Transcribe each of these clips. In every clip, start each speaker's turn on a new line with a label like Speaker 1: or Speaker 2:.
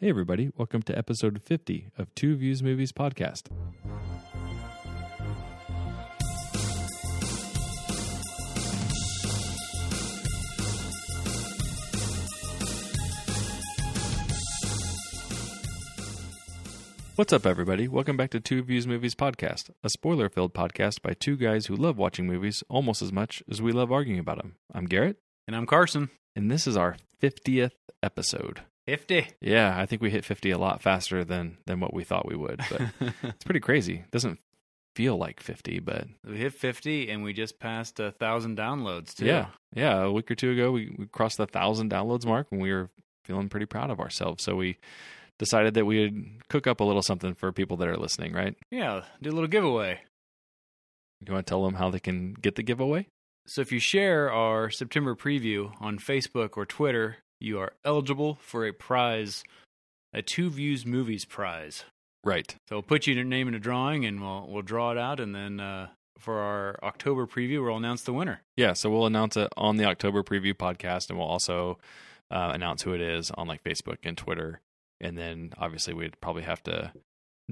Speaker 1: Hey, everybody, welcome to episode 50 of Two Views Movies Podcast. What's up, everybody? Welcome back to Two Views Movies Podcast, a spoiler filled podcast by two guys who love watching movies almost as much as we love arguing about them. I'm Garrett,
Speaker 2: And I'm Carson.
Speaker 1: and this is our 50th episode.
Speaker 2: 50.
Speaker 1: Yeah, I think we hit 50 a lot faster than than what we thought we would, but it's pretty crazy. Doesn't feel like 50, but
Speaker 2: we hit 50 and we just passed a 1,000 downloads, too.
Speaker 1: yeah. Yeah, a week or two ago we, we crossed the 1000 downloads mark and we were feeling pretty proud of ourselves. So we decided that we would cook up a little something for people that are listening, right?
Speaker 2: Yeah, do a little giveaway.
Speaker 1: You want to tell them how they can get the giveaway?
Speaker 2: So if you share our September preview on Facebook or Twitter, you are eligible for a prize, a Two Views Movies prize.
Speaker 1: Right.
Speaker 2: So we'll put your name in a drawing and we'll, we'll draw it out. And then uh, for our October preview, we'll announce the winner.
Speaker 1: Yeah, so we'll announce it on the October preview podcast, and we'll also uh, announce who it is on like Facebook and Twitter, and then obviously we'd probably have to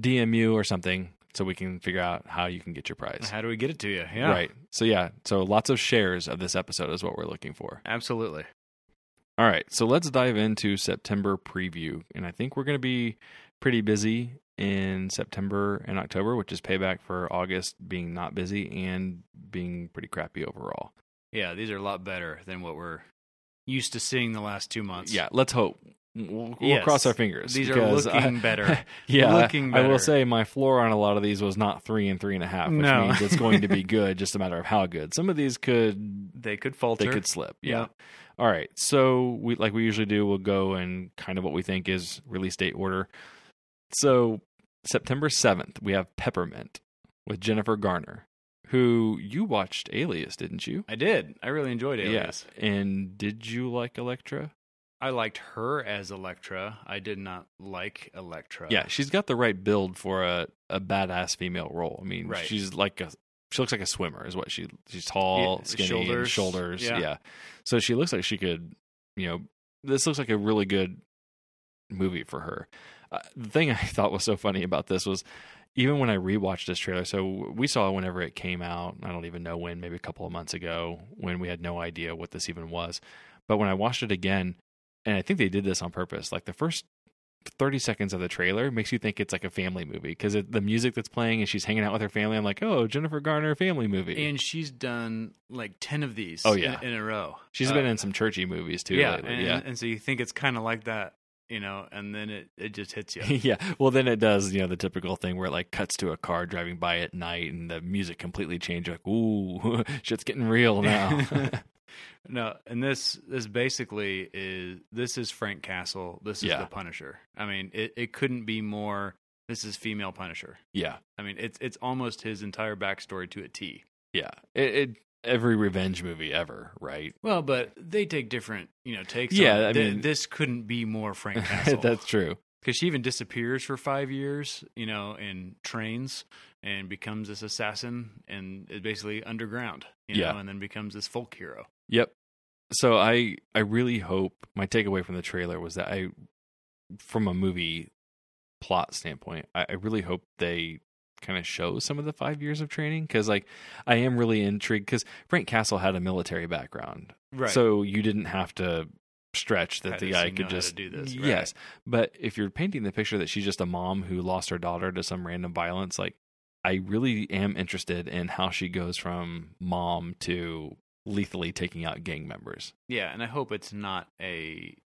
Speaker 1: DM you or something so we can figure out how you can get your prize.
Speaker 2: How do we get it to you? Yeah.
Speaker 1: Right. So yeah, so lots of shares of this episode is what we're looking for.
Speaker 2: Absolutely.
Speaker 1: All right, so let's dive into September preview, and I think we're going to be pretty busy in September and October, which is payback for August being not busy and being pretty crappy overall.
Speaker 2: Yeah, these are a lot better than what we're used to seeing the last two months.
Speaker 1: Yeah, let's hope. We'll, we'll
Speaker 2: Yes.
Speaker 1: cross our fingers.
Speaker 2: These are
Speaker 1: because
Speaker 2: looking
Speaker 1: I-
Speaker 2: better.
Speaker 1: yeah,
Speaker 2: looking
Speaker 1: I will
Speaker 2: better.
Speaker 1: say my floor on a lot of these was not three and three and a half, which
Speaker 2: No.
Speaker 1: means it's going to be good. Just a matter of how good. Some of these could
Speaker 2: They could falter.
Speaker 1: they could slip. Yeah.
Speaker 2: Yeah.
Speaker 1: All right. So we like we usually do. We'll go and kind of what we think is release date order. So September seventh, we have Peppermint with Jennifer Garner, who you watched Alias, didn't you?
Speaker 2: I did. I really enjoyed Alias.
Speaker 1: Yes. And did you like Electra?
Speaker 2: I liked her as Electra. I did not like Electra.
Speaker 1: Yeah, she's got the right build for a, a badass female role. I mean,
Speaker 2: Right.
Speaker 1: she's like a she looks like a swimmer is what she she's tall,
Speaker 2: Yeah,
Speaker 1: skinny, and shoulders.
Speaker 2: shoulders.
Speaker 1: Yeah.
Speaker 2: Yeah.
Speaker 1: So she looks like she could, you know, this looks like a really good movie for her. Uh, the thing I thought was so funny about this was even when I rewatched this trailer, so we saw whenever it came out, I don't even know when, maybe a couple of months ago, when we had no idea what this even was. But when I watched it again, and I think they did this on purpose, like the first 30 seconds of the trailer makes you think it's like a family movie because the music that's playing and she's hanging out with her family. I'm like, oh, Jennifer Garner family movie.
Speaker 2: And she's done like 10 of these
Speaker 1: Oh, yeah.
Speaker 2: in, in a row.
Speaker 1: she's
Speaker 2: Uh,
Speaker 1: been in some churchy movies too
Speaker 2: yeah,
Speaker 1: lately.
Speaker 2: And,
Speaker 1: yeah.
Speaker 2: and so you think it's kind of like that, you know, and then it, it just hits you.
Speaker 1: yeah. Well, then it does, you know, the typical thing where it like cuts to a car driving by at night and the music completely changes. Like, ooh, shit's getting real now.
Speaker 2: no, and this this basically is this is Frank Castle. This is
Speaker 1: Yeah.
Speaker 2: the Punisher. I mean, it, it couldn't be more. This is female Punisher.
Speaker 1: yeah.
Speaker 2: I mean, it's it's almost his entire backstory to a T.
Speaker 1: Yeah. It, it, every revenge movie ever, right?
Speaker 2: Well, but they take different, you know, takes.
Speaker 1: Yeah,
Speaker 2: on-
Speaker 1: I
Speaker 2: th-
Speaker 1: mean-
Speaker 2: this couldn't be more Frank Castle.
Speaker 1: that's true.
Speaker 2: because she even disappears for five years, you know, and trains and becomes this assassin and is basically underground, you
Speaker 1: Yeah.
Speaker 2: know, and then becomes this folk hero.
Speaker 1: Yep. So I I really hope my takeaway from the trailer was that I from a movie plot standpoint, I, I really hope they kind of show some of the five years of training because like I am really intrigued because Frank Castle had a military background,
Speaker 2: Right.
Speaker 1: so you didn't have to stretch that
Speaker 2: How
Speaker 1: the
Speaker 2: does
Speaker 1: guy
Speaker 2: he
Speaker 1: could
Speaker 2: know how to
Speaker 1: just
Speaker 2: do this? Right.
Speaker 1: Yes, but if you're painting the picture that she's just a mom who lost her daughter to some random violence, like I really am interested in how she goes from mom to lethally taking out gang members.
Speaker 2: yeah, and I hope it's not a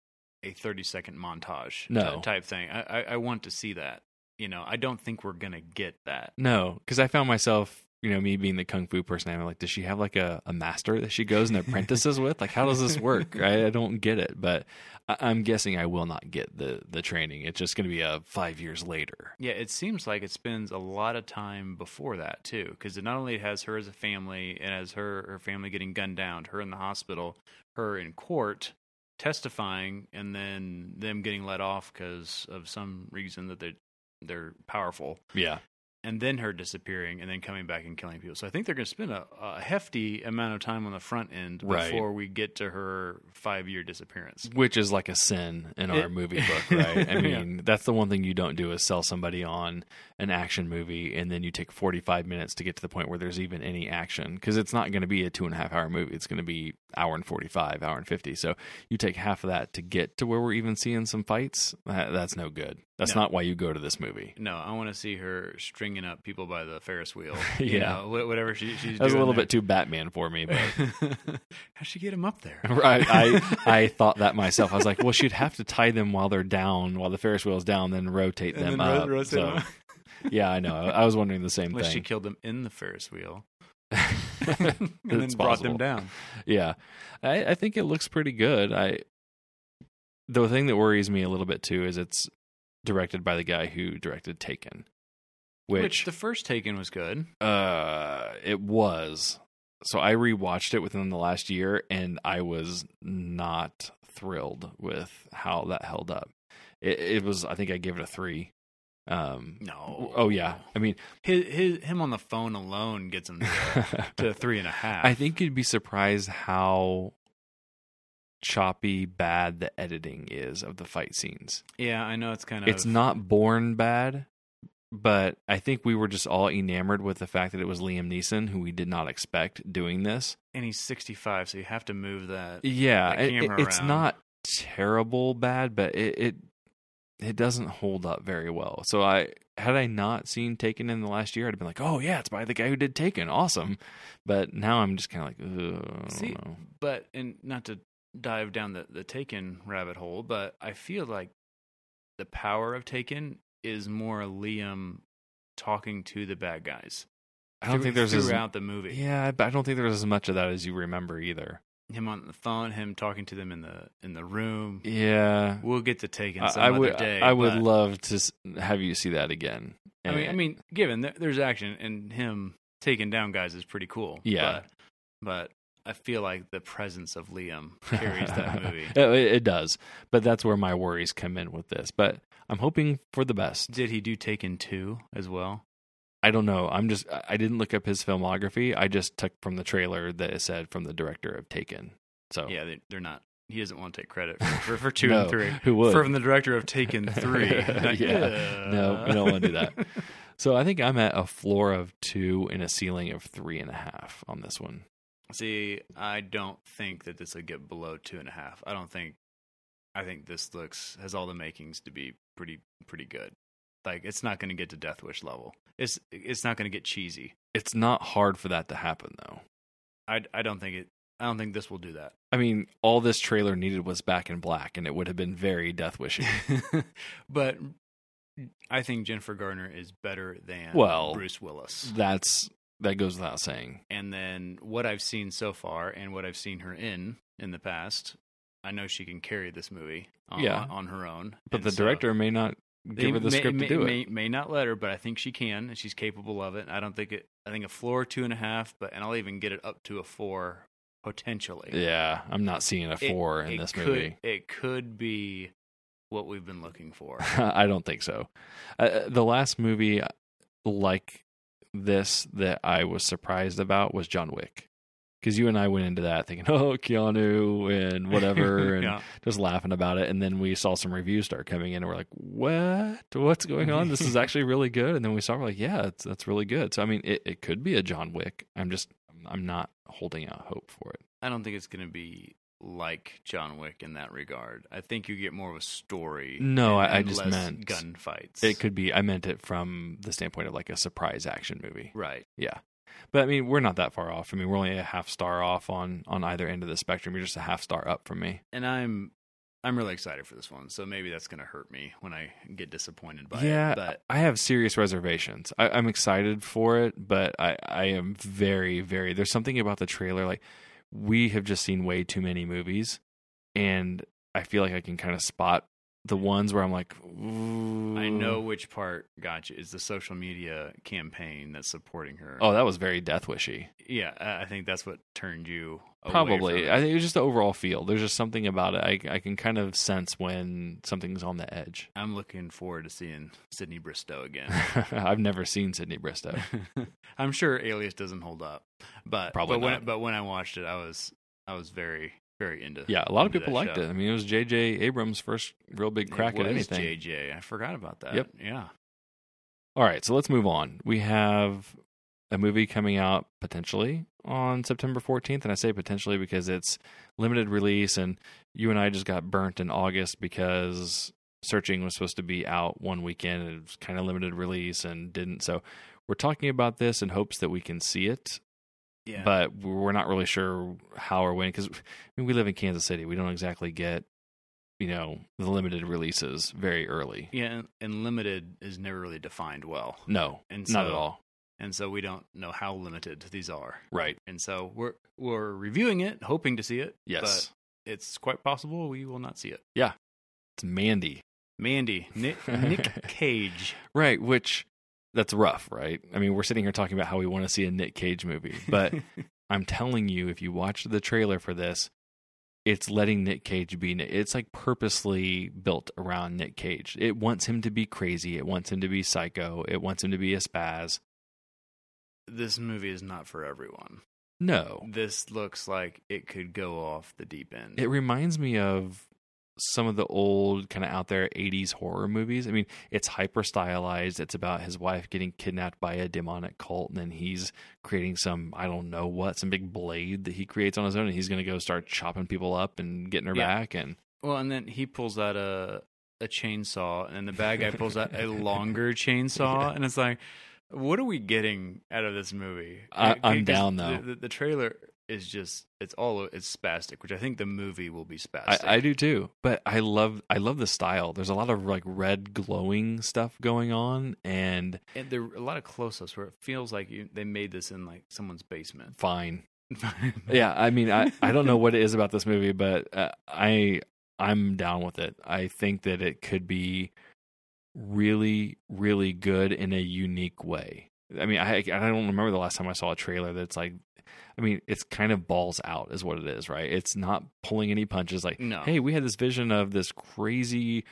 Speaker 2: a thirty second montage
Speaker 1: No.
Speaker 2: ty- type thing. I, I I want to see that. You know, I don't think we're gonna get that.
Speaker 1: No, because I found myself, you know, me being the kung fu person, I'm like, does she have like a, a master that she goes and apprentices with? Like, how does this work? I, I don't get it, but I, I'm guessing I will not get the the training. It's just going to be a five years later.
Speaker 2: Yeah, it seems like it spends a lot of time before that too, because it not only has her as a family, it has her her family getting gunned down, her in the hospital, her in court testifying, and then them getting let off because of some reason that they they're powerful.
Speaker 1: Yeah,
Speaker 2: and then her disappearing and then coming back and killing people. So I think they're going to spend a, a hefty amount of time on the front end
Speaker 1: Right.
Speaker 2: before we get to her five year disappearance.
Speaker 1: which is like a sin in our
Speaker 2: It-
Speaker 1: movie book, right? I
Speaker 2: Yeah.
Speaker 1: mean, that's the one thing you don't do is sell somebody on an action movie and then you take 45 minutes to get to the point where there's even any action because it's not going to be a two and a half hour movie. It's going to be hour and 45, hour and 50. So you take half of that to get to where we're even seeing some fights. That, that's no good. That's
Speaker 2: No.
Speaker 1: not why you go to this movie.
Speaker 2: No, I want to see her stringing up people by the Ferris wheel. You
Speaker 1: Yeah.
Speaker 2: know, wh- whatever she, she's
Speaker 1: That was a
Speaker 2: doing
Speaker 1: little
Speaker 2: there.
Speaker 1: bit too Batman for me, but
Speaker 2: How'd she get him up there?
Speaker 1: Right. I I thought that myself. I was like, well, she'd have to tie them while they're down, while the Ferris wheel's down, then rotate
Speaker 2: And
Speaker 1: them
Speaker 2: then ro-
Speaker 1: up.
Speaker 2: rotate
Speaker 1: so,
Speaker 2: them up.
Speaker 1: yeah, I know. I was wondering the same
Speaker 2: Unless she
Speaker 1: thing.
Speaker 2: killed them in the Ferris wheel and then
Speaker 1: It's
Speaker 2: brought
Speaker 1: possible.
Speaker 2: them down.
Speaker 1: Yeah, I, I think it looks pretty good. I the thing that worries me a little bit too is it's directed by the guy who directed Taken,
Speaker 2: Which,
Speaker 1: which,
Speaker 2: the first Taken was good.
Speaker 1: uh, it was. So I rewatched it within the last year, and I was not thrilled with how that held up. It, it was, I think, I gave it a three. Um,
Speaker 2: No.
Speaker 1: oh yeah, I mean,
Speaker 2: His, his, him on the phone alone gets him to three and a half.
Speaker 1: I think you'd be surprised how choppy bad the editing is of the fight scenes.
Speaker 2: Yeah, I know it's kind of.
Speaker 1: It's not born bad, but I think we were just all enamored with the fact that it was Liam Neeson who we did not expect doing this.
Speaker 2: and he's 65, so you have to move that.
Speaker 1: Yeah,
Speaker 2: That
Speaker 1: it- it-
Speaker 2: camera
Speaker 1: it's
Speaker 2: around.
Speaker 1: not terrible bad, but it, it it doesn't hold up very well. So I had I not seen Taken in the last year, I'd have been like, "Oh yeah, it's by the guy who did Taken, awesome." But now I'm just kind of like, Ugh, I don't
Speaker 2: See,
Speaker 1: know."
Speaker 2: but and not to dive down the the Taken rabbit hole, but I feel like the power of Taken is more Liam talking to the bad guys.
Speaker 1: I don't
Speaker 2: Through-
Speaker 1: think there's as
Speaker 2: throughout the movie
Speaker 1: Yeah, but I don't think there was as much of that as you remember either.
Speaker 2: him on the phone, him talking to them in the in the room.
Speaker 1: Yeah,
Speaker 2: We'll get to Taken
Speaker 1: I,
Speaker 2: some
Speaker 1: I
Speaker 2: other
Speaker 1: would.
Speaker 2: day.
Speaker 1: I would
Speaker 2: but-
Speaker 1: love to s- have you see that again. Eh.
Speaker 2: I mean, I
Speaker 1: And-
Speaker 2: mean, given there, there's action and him taking down guys is pretty cool.
Speaker 1: Yeah.
Speaker 2: but, but I feel like the presence of Liam carries that movie.
Speaker 1: it, it does, but that's where my worries come in with this. But I'm hoping for the best.
Speaker 2: Did he do Taken two as well?
Speaker 1: I don't know. I'm just. I I didn't look up his filmography. I just took from the trailer that it said from the director of Taken. So
Speaker 2: Yeah, they, they're not. He doesn't want to take credit for, for, for two
Speaker 1: Oh. No,
Speaker 2: and three.
Speaker 1: who would?
Speaker 2: From the director of Taken three. Like,
Speaker 1: Yeah. No, we don't wanna do that. so I think I'm at a floor of two and a ceiling of three and a half on this one.
Speaker 2: See, I don't think that this will get below two and a half. I don't think. I think this looks has all the makings to be pretty pretty good. Like it's not going to get to Death Wish level. It's it's not going to get cheesy.
Speaker 1: It's not hard for that to happen though.
Speaker 2: I I don't think it. I don't think this will do that.
Speaker 1: I mean, all this trailer needed was back in black, and it would have been very death wishing.
Speaker 2: but I think Jennifer Garner is better than
Speaker 1: Well,
Speaker 2: Bruce Willis.
Speaker 1: That's that goes without saying.
Speaker 2: and then what I've seen so far and what I've seen her in in the past, I know she can carry this movie on,
Speaker 1: Yeah.
Speaker 2: on her own.
Speaker 1: But
Speaker 2: And
Speaker 1: the
Speaker 2: so
Speaker 1: director may not give
Speaker 2: they
Speaker 1: her the
Speaker 2: may,
Speaker 1: script
Speaker 2: may,
Speaker 1: to do
Speaker 2: may,
Speaker 1: it.
Speaker 2: May not let her, but I think she can and she's capable of it. I don't think it. I think a floor two and a half, but and I'll even get it up to a four potentially.
Speaker 1: Yeah, I'm not seeing a
Speaker 2: It-
Speaker 1: four in
Speaker 2: it
Speaker 1: this
Speaker 2: could,
Speaker 1: movie.
Speaker 2: It could be what we've been looking for.
Speaker 1: I don't think so. Uh, the last movie uh, like this that I was surprised about was John Wick. Because you and I went into that thinking, oh, Keanu and whatever, and
Speaker 2: Yeah.
Speaker 1: just laughing about it. And then we saw some reviews start coming in, and we're like, "What? What's going on? This is actually really good." And then we saw, we're like, "Yeah, it's, that's really good." So I mean, it, it could be a John Wick. I'm just, I'm not holding out hope for it.
Speaker 2: I don't think it's going to be like John Wick in that regard. I think you get more of a story.
Speaker 1: No,
Speaker 2: and-
Speaker 1: I- I
Speaker 2: and
Speaker 1: just
Speaker 2: less
Speaker 1: meant-
Speaker 2: gunfights.
Speaker 1: It could be. I meant it from the standpoint of like a surprise action movie.
Speaker 2: right.
Speaker 1: Yeah. But I mean, we're not that far off. I mean, we're only a half star off on on either end of the spectrum. You're just a half star up from me.
Speaker 2: And I'm I'm really excited for this one, so maybe that's going to hurt me when I get disappointed by
Speaker 1: Yeah,
Speaker 2: it. But
Speaker 1: I have serious reservations. I, I'm excited for it, but I I am very very. There's something about the trailer. Like we have just seen way too many movies, and I feel like I can kind of spot the ones where I'm like, Ooh.
Speaker 2: I know which part got you is the social media campaign that's supporting her.
Speaker 1: Oh, that was very death wishy.
Speaker 2: yeah, I I think that's what turned you away
Speaker 1: Probably.
Speaker 2: from
Speaker 1: I
Speaker 2: it.
Speaker 1: think it was just the overall feel. There's just something about it. I I can kind of sense when something's on the edge.
Speaker 2: I'm looking forward to seeing Sydney Bristow again.
Speaker 1: I've never seen Sydney Bristow.
Speaker 2: I'm sure Alias doesn't hold up, but
Speaker 1: Probably
Speaker 2: but when,
Speaker 1: not.
Speaker 2: But when I watched it, I was I was very very into.
Speaker 1: Yeah, a lot of
Speaker 2: into
Speaker 1: people
Speaker 2: that
Speaker 1: liked
Speaker 2: show.
Speaker 1: it. I mean, it was J.J. Abrams' first real big crack
Speaker 2: it
Speaker 1: at
Speaker 2: was
Speaker 1: anything.
Speaker 2: JJ, I forgot about that.
Speaker 1: Yep.
Speaker 2: Yeah.
Speaker 1: All right, so let's move on. We have a movie coming out potentially on September 14th, and I say potentially because it's limited release, and you and I just got burnt in August because Searching was supposed to be out one weekend, and it was kind of limited release and didn't. So we're talking about this in hopes that we can see it,
Speaker 2: Yeah.
Speaker 1: but we're not really sure how or when because I mean, we live in Kansas City. We don't exactly get, you know, the limited releases very early.
Speaker 2: yeah, and, and limited is never really defined well,
Speaker 1: No,
Speaker 2: and
Speaker 1: not
Speaker 2: so-
Speaker 1: at all.
Speaker 2: And so we don't know how limited these are,
Speaker 1: Right.
Speaker 2: and so we're we're reviewing it, hoping to see it.
Speaker 1: Yes.
Speaker 2: but it's quite possible we will not see it.
Speaker 1: It's Mandy.
Speaker 2: Mandy, Nick, Nick Cage.
Speaker 1: Right, which that's rough, right? I mean, we're sitting here talking about how we want to see a Nick Cage movie, but I'm telling you, if you watch the trailer for this, it's letting Nick Cage be. Nick- It's like purposely built around Nick Cage. It wants him to be crazy. It wants him to be psycho. It wants him to be a spaz.
Speaker 2: this movie is not for everyone.
Speaker 1: No,
Speaker 2: This looks like it could go off the deep end.
Speaker 1: it reminds me of some of the old kind of out there 80s horror movies. I mean, it's hyper stylized. It's about his wife getting kidnapped by a demonic cult and then he's creating some I don't know what, some big blade that he creates on his own and he's going to go start chopping people up and getting her
Speaker 2: Yeah.
Speaker 1: back and
Speaker 2: well, and then he pulls out a a chainsaw, and the bad guy pulls out a longer chainsaw, and it's like, what are we getting out of this movie?
Speaker 1: I- I'm
Speaker 2: 'Cause
Speaker 1: down, though.
Speaker 2: The, the, the trailer is just it's all it's spastic, which I think the movie will be spastic.
Speaker 1: I, I do too, but I love I love the style. There's a lot of like red glowing stuff going on, and
Speaker 2: and there are a lot of close-ups where it feels like you, they made this in like someone's basement.
Speaker 1: fine. yeah i mean i, I don't know what it is about this movie but uh, i i'm down with it i think that it could be really really good in a unique way i mean i i don't remember the last time i saw a trailer that's like i mean it's kind of balls out is what it is right it's not pulling any punches like
Speaker 2: No.
Speaker 1: hey we had this vision of this crazy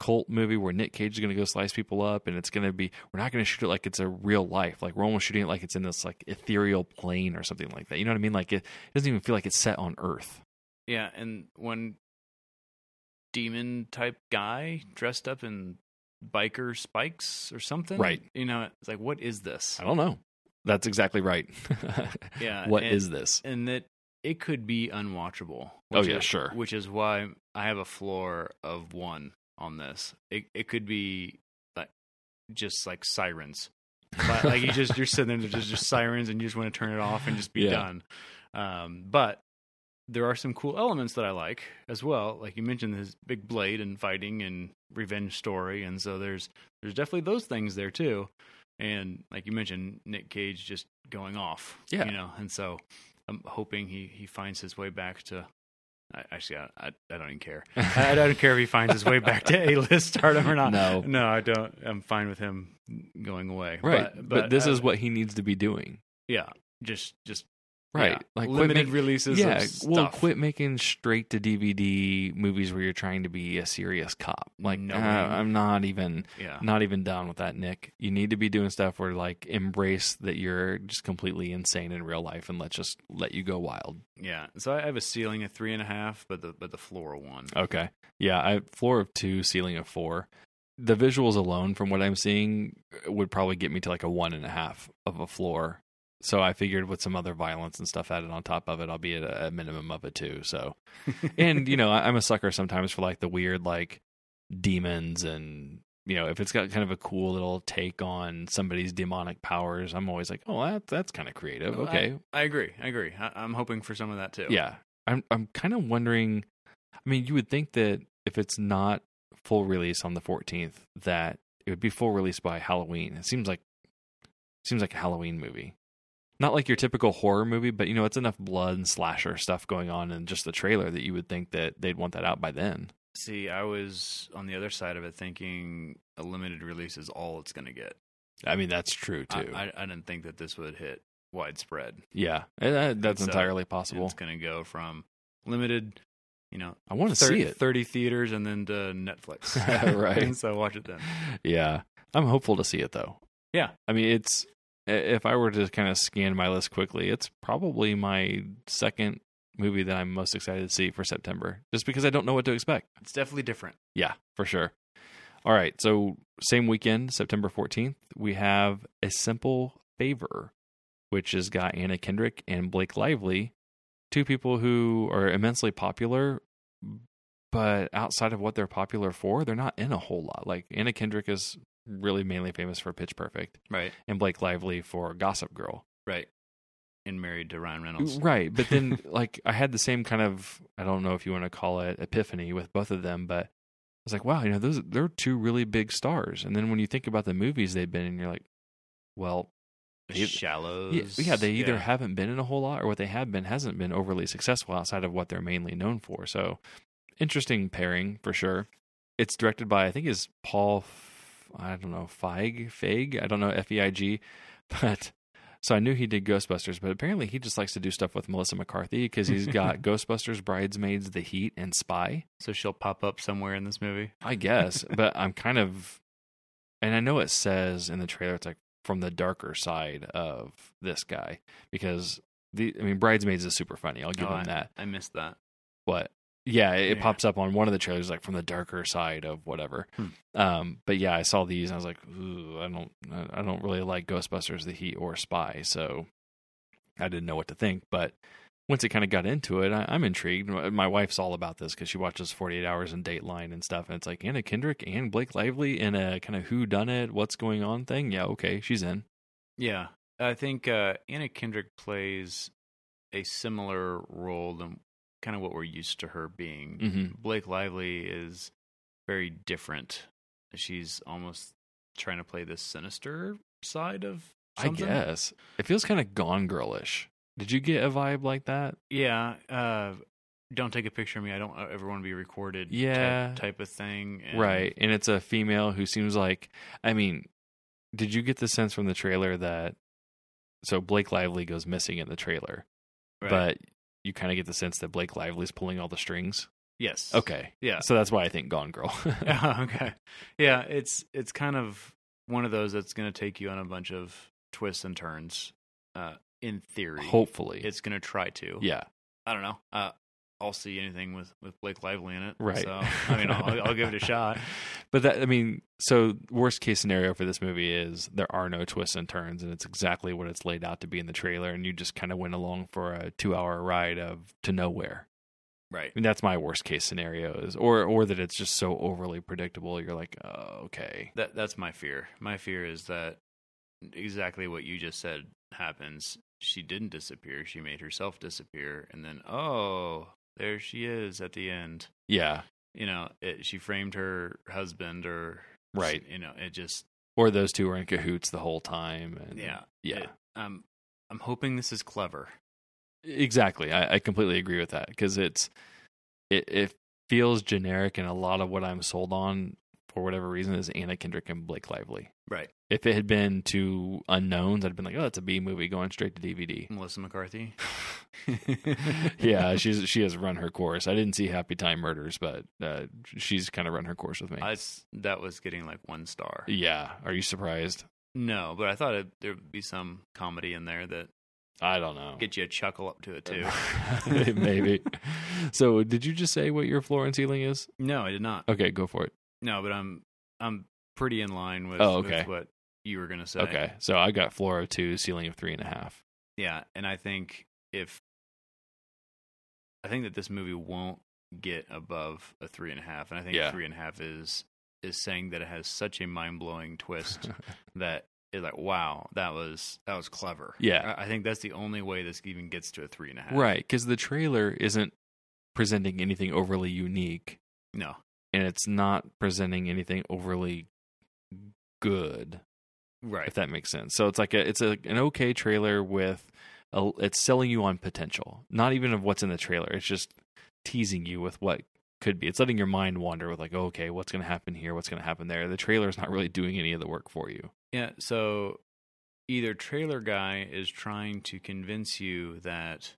Speaker 1: cult movie where nick cage is going to go slice people up and it's going to be we're not going to shoot it like it's a real life like we're almost shooting it like it's in this like ethereal plane or something like that you know what i mean like it, it doesn't even feel like it's set on earth
Speaker 2: Yeah, and one demon type guy dressed up in biker spikes or something.
Speaker 1: Right.
Speaker 2: You know, it's like what is this?
Speaker 1: i don't know that's exactly right
Speaker 2: Yeah.
Speaker 1: What
Speaker 2: and,
Speaker 1: is this
Speaker 2: and that it could be unwatchable.
Speaker 1: Oh,
Speaker 2: which
Speaker 1: yeah,
Speaker 2: is-
Speaker 1: sure.
Speaker 2: Which is why I have a floor of one on this. It it could be like just like sirens. But, like you just you're sitting there, there's just, just sirens, and you just want to turn it off and just be
Speaker 1: Yeah.
Speaker 2: done. Um, but there are some cool elements that I like as well. Like you mentioned, this big blade and fighting and revenge story, and so there's there's definitely those things there too. And like you mentioned, Nick Cage just going off,
Speaker 1: Yeah.
Speaker 2: you know. And so I'm hoping he he finds his way back to. I, actually, I, I I don't even care. I, I don't care if he finds his way back to A list stardom or not.
Speaker 1: No.
Speaker 2: no, I don't. I'm fine with him going away.
Speaker 1: right
Speaker 2: but,
Speaker 1: but, this
Speaker 2: uh,
Speaker 1: is what he needs to be doing
Speaker 2: yeah, just just
Speaker 1: right
Speaker 2: yeah,
Speaker 1: like quit
Speaker 2: limited
Speaker 1: making-
Speaker 2: releases.
Speaker 1: yeah,
Speaker 2: of
Speaker 1: well,
Speaker 2: stuff.
Speaker 1: quit making straight to DVD movies where you're trying to be a serious cop. Like,
Speaker 2: No,
Speaker 1: uh,
Speaker 2: man.
Speaker 1: I'm not even
Speaker 2: Yeah,
Speaker 1: not even down with that, Nick. You need to be doing stuff where like embrace that you're just completely insane in real life and let's just let you go wild.
Speaker 2: yeah. So I have a ceiling of three and a half, but the but the floor of one.
Speaker 1: Okay. Yeah, I floor of 2, ceiling of 4. The visuals alone from what I'm seeing would probably get me to like a one and a half of a floor. So I figured with some other violence and stuff added on top of it, I'll be at a a minimum of a 2. So and you know I- i'm a sucker sometimes for like the weird like demons and you know if it's got kind of a cool little take on somebody's demonic powers i'm always like oh that, that's kind of creative
Speaker 2: Well,
Speaker 1: okay
Speaker 2: Oh, I agree. I agree. I, I'm hoping for some of that too.
Speaker 1: yeah i'm i'm kind of wondering i mean you would think that if it's not full release on the 14th that it would be full release by halloween it seems like seems like a halloween movie not like your typical horror movie but you know it's enough blood and slasher stuff going on in just the trailer that you would think that they'd want that out by then
Speaker 2: See, I was on the other side of it, thinking a limited release is all it's going to get.
Speaker 1: I mean, that's true
Speaker 2: I,
Speaker 1: too.
Speaker 2: I, I didn't think that this would hit widespread.
Speaker 1: yeah, And that- that's
Speaker 2: So,
Speaker 1: entirely possible.
Speaker 2: It's going to go from limited, you know,
Speaker 1: I want to
Speaker 2: thir-
Speaker 1: see it.
Speaker 2: thirty theaters and then to Netflix.
Speaker 1: Right.
Speaker 2: And so watch it then.
Speaker 1: Yeah, I'm hopeful to see it though.
Speaker 2: Yeah.
Speaker 1: I mean, it's i- if I were to kind of scan my list quickly, it's probably my second movie that I'm most excited to see for September, just because I don't know what to expect.
Speaker 2: It's definitely different.
Speaker 1: Yeah, for sure. All right. So, same weekend, September 14th, we have A Simple Favor, which has got Anna Kendrick and Blake Lively, two people who are immensely popular, but outside of what they're popular for, they're not in a whole lot. Like, Anna Kendrick is really mainly famous for Pitch Perfect
Speaker 2: Right.
Speaker 1: and Blake Lively for Gossip Girl.
Speaker 2: Right. And married to Ryan Reynolds.
Speaker 1: Right. But then, like, I had the same kind of, I don't know if you want to call it epiphany with both of them, but I was like, wow, you know, those, they're two really big stars. And then when you think about the movies they've been in, you're like, well, They- yeah,
Speaker 2: Shallows.
Speaker 1: yeah, they either
Speaker 2: Yeah.
Speaker 1: haven't been in a whole lot or what they have been hasn't been overly successful outside of what they're mainly known for. So, interesting pairing for sure. It's directed by, I think, is Paul, F- I don't know, Feig, Feig, I don't know, F E I G. But so I knew he did Ghostbusters, but apparently he just likes to do stuff with Melissa McCarthy because he's got Ghostbusters, Bridesmaids, The Heat, and Spy.
Speaker 2: So she'll pop up somewhere in this movie.
Speaker 1: I guess, but I'm kind of, and I know it says in the trailer, it's like from the darker side of this guy because the, I mean, Bridesmaids is super funny. I'll give
Speaker 2: Oh,
Speaker 1: him that.
Speaker 2: I missed that.
Speaker 1: But yeah, it, it
Speaker 2: Yeah.
Speaker 1: pops up on one of the trailers, like from the darker side of whatever.
Speaker 2: Hmm.
Speaker 1: Um, but yeah, I saw these and I was like, Ooh, I don't, I don't really like Ghostbusters, The Heat, or Spy, so I didn't know what to think. But once it kind of got into it, I, I'm intrigued. My my wife's all about this because she watches 48 Hours and Dateline and stuff, and it's like Anna Kendrick and Blake Lively in a kind of who done it, what's going on thing. Yeah, okay, she's in.
Speaker 2: Yeah, I think uh, Anna Kendrick plays a similar role than kind of what we're used to her being.
Speaker 1: Mm-hmm.
Speaker 2: Blake Lively is very different. She's almost trying to play this sinister side of.
Speaker 1: I
Speaker 2: Something.
Speaker 1: guess it feels kind of Gone Girlish. Did you get a vibe like that?
Speaker 2: Yeah. Uh, don't take a picture of me. I don't uh, ever want to be recorded. type-
Speaker 1: Yeah.
Speaker 2: Type, of thing. And-
Speaker 1: Right. And it's a female who seems like, I mean, did you get the sense from the trailer that, so Blake Lively goes missing in the trailer,
Speaker 2: right.
Speaker 1: but you kind of get the sense that Blake Lively's pulling all the strings?
Speaker 2: yes.
Speaker 1: Okay.
Speaker 2: Yeah.
Speaker 1: So that's why I think Gone Girl.
Speaker 2: Yeah, okay. Yeah, it's it's kind of one of those that's going to take you on a bunch of twists and turns. Uh, in theory,
Speaker 1: Hopefully.
Speaker 2: it's going to try to.
Speaker 1: yeah.
Speaker 2: I don't know. Uh, I'll see anything with with Blake Lively in it.
Speaker 1: Right.
Speaker 2: So I mean, I'll, I'll give it a shot.
Speaker 1: But that, I mean, so worst case scenario for this movie is there are no twists and turns, and it's exactly what it's laid out to be in the trailer, and you just kind of went along for a two hour ride of to nowhere.
Speaker 2: Right.
Speaker 1: I mean, that's my worst case scenario is, or or that it's just so overly predictable. You're like, oh, okay,
Speaker 2: That that's my fear. My fear is that exactly what you just said happens. She didn't disappear. She made herself disappear, and then oh, there she is at the end.
Speaker 1: yeah,
Speaker 2: you know, it, she framed her husband or
Speaker 1: Right.
Speaker 2: You know, it just
Speaker 1: or those two are in cahoots the whole time. And
Speaker 2: yeah,
Speaker 1: yeah,
Speaker 2: it- um, I'm hoping this is clever.
Speaker 1: exactly. I, I completely agree with that because it's it it feels generic, and a lot of what I'm sold on for whatever reason is Anna Kendrick and Blake Lively.
Speaker 2: Right.
Speaker 1: If it had been to unknowns, I'd been like, oh, that's a B movie going straight to DVD.
Speaker 2: Melissa McCarthy.
Speaker 1: yeah, she's she has run her course. I didn't see Happy Time Murders, but uh, she's kind of run her course with me.
Speaker 2: I s- that was getting like one star.
Speaker 1: Yeah. Are you surprised?
Speaker 2: No, but I thought it, there'd be some comedy in there that
Speaker 1: I don't know.
Speaker 2: get you a chuckle up to it too.
Speaker 1: Maybe. So, did you just say what your floor and ceiling is?
Speaker 2: no, I did not.
Speaker 1: Okay, go for it.
Speaker 2: No, but I'm I'm pretty in line with,
Speaker 1: Oh,
Speaker 2: with
Speaker 1: okay.
Speaker 2: what you were gonna say.
Speaker 1: Okay. So, I got floor of two, ceiling of three and a half.
Speaker 2: Yeah, and I think if I think that this movie won't get above a three and a half, and I think
Speaker 1: Yeah.
Speaker 2: three and a half is is saying that it has such a mind blowing twist that it's like, wow, that was that was clever.
Speaker 1: Yeah.
Speaker 2: I I think that's the only way this even gets to a three and a half.
Speaker 1: right. Because the trailer isn't presenting anything overly unique
Speaker 2: No.
Speaker 1: and it's not presenting anything overly good,
Speaker 2: Right.
Speaker 1: if that makes sense. So, it's like a, it's a, an okay trailer with, a, it's selling you on potential, not even of what's in the trailer. It's just teasing you with what could be. It's letting your mind wander with like, oh, okay, what's going to happen here? What's going to happen there? The trailer's not really doing any of the work for you.
Speaker 2: Yeah, so either trailer guy is trying to convince you that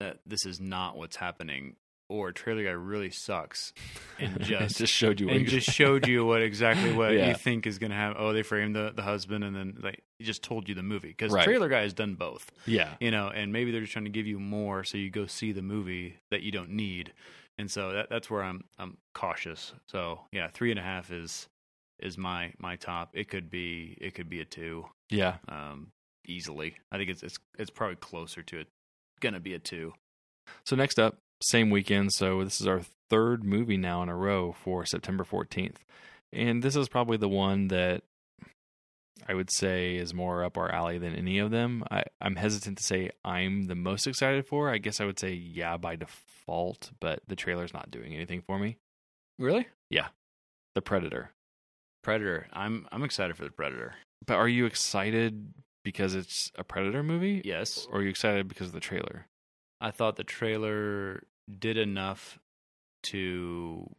Speaker 2: that this is not what's happening, or trailer guy really sucks and
Speaker 1: it
Speaker 2: just
Speaker 1: just showed you. what
Speaker 2: and just showed you what exactly what you
Speaker 1: Yeah.
Speaker 2: think is going to happen. Oh, they framed the, the husband and then like he just told you the movie because
Speaker 1: Right.
Speaker 2: trailer guy has done both,
Speaker 1: yeah,
Speaker 2: you know, and maybe they're just trying to give you more so you go see the movie that you don't need, and so that, that's where I'm I'm cautious. So yeah, three and a half is is my my top. It could be it could be a two
Speaker 1: yeah.
Speaker 2: um, easily. I think it's it's it's probably closer to it. Gonna be a two.
Speaker 1: So next up, same weekend. So this is our third movie now in a row for September 14th. And this is probably the one that I would say is more up our alley than any of them. I, I'm hesitant to say I'm the most excited for. I guess I would say yeah by default, but the trailer's not doing anything for me.
Speaker 2: Really?
Speaker 1: The Predator.
Speaker 2: Predator. I'm I'm excited for the Predator.
Speaker 1: But are you excited because it's a Predator movie?
Speaker 2: Yes.
Speaker 1: Or are you excited because of the trailer?
Speaker 2: I thought the trailer did enough to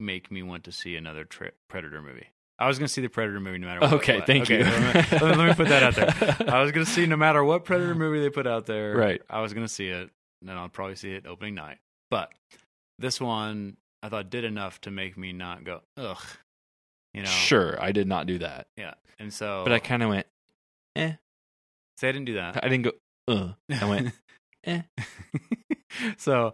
Speaker 2: make me want to see another tra- Predator movie. I was going to see the Predator movie no matter what.
Speaker 1: Okay,
Speaker 2: but-
Speaker 1: thank
Speaker 2: okay,
Speaker 1: you.
Speaker 2: Let me, let me put that out there. I was going to see no matter what Predator movie they put out there.
Speaker 1: Right.
Speaker 2: I was going to see it, and I'll probably see it opening night. But this one I thought did enough to make me not go, ugh. You know?
Speaker 1: Sure, I did not do that.
Speaker 2: Yeah. And so.
Speaker 1: But I kind of went, eh.
Speaker 2: So I didn't do that.
Speaker 1: I didn't go, uh. I went, eh.
Speaker 2: so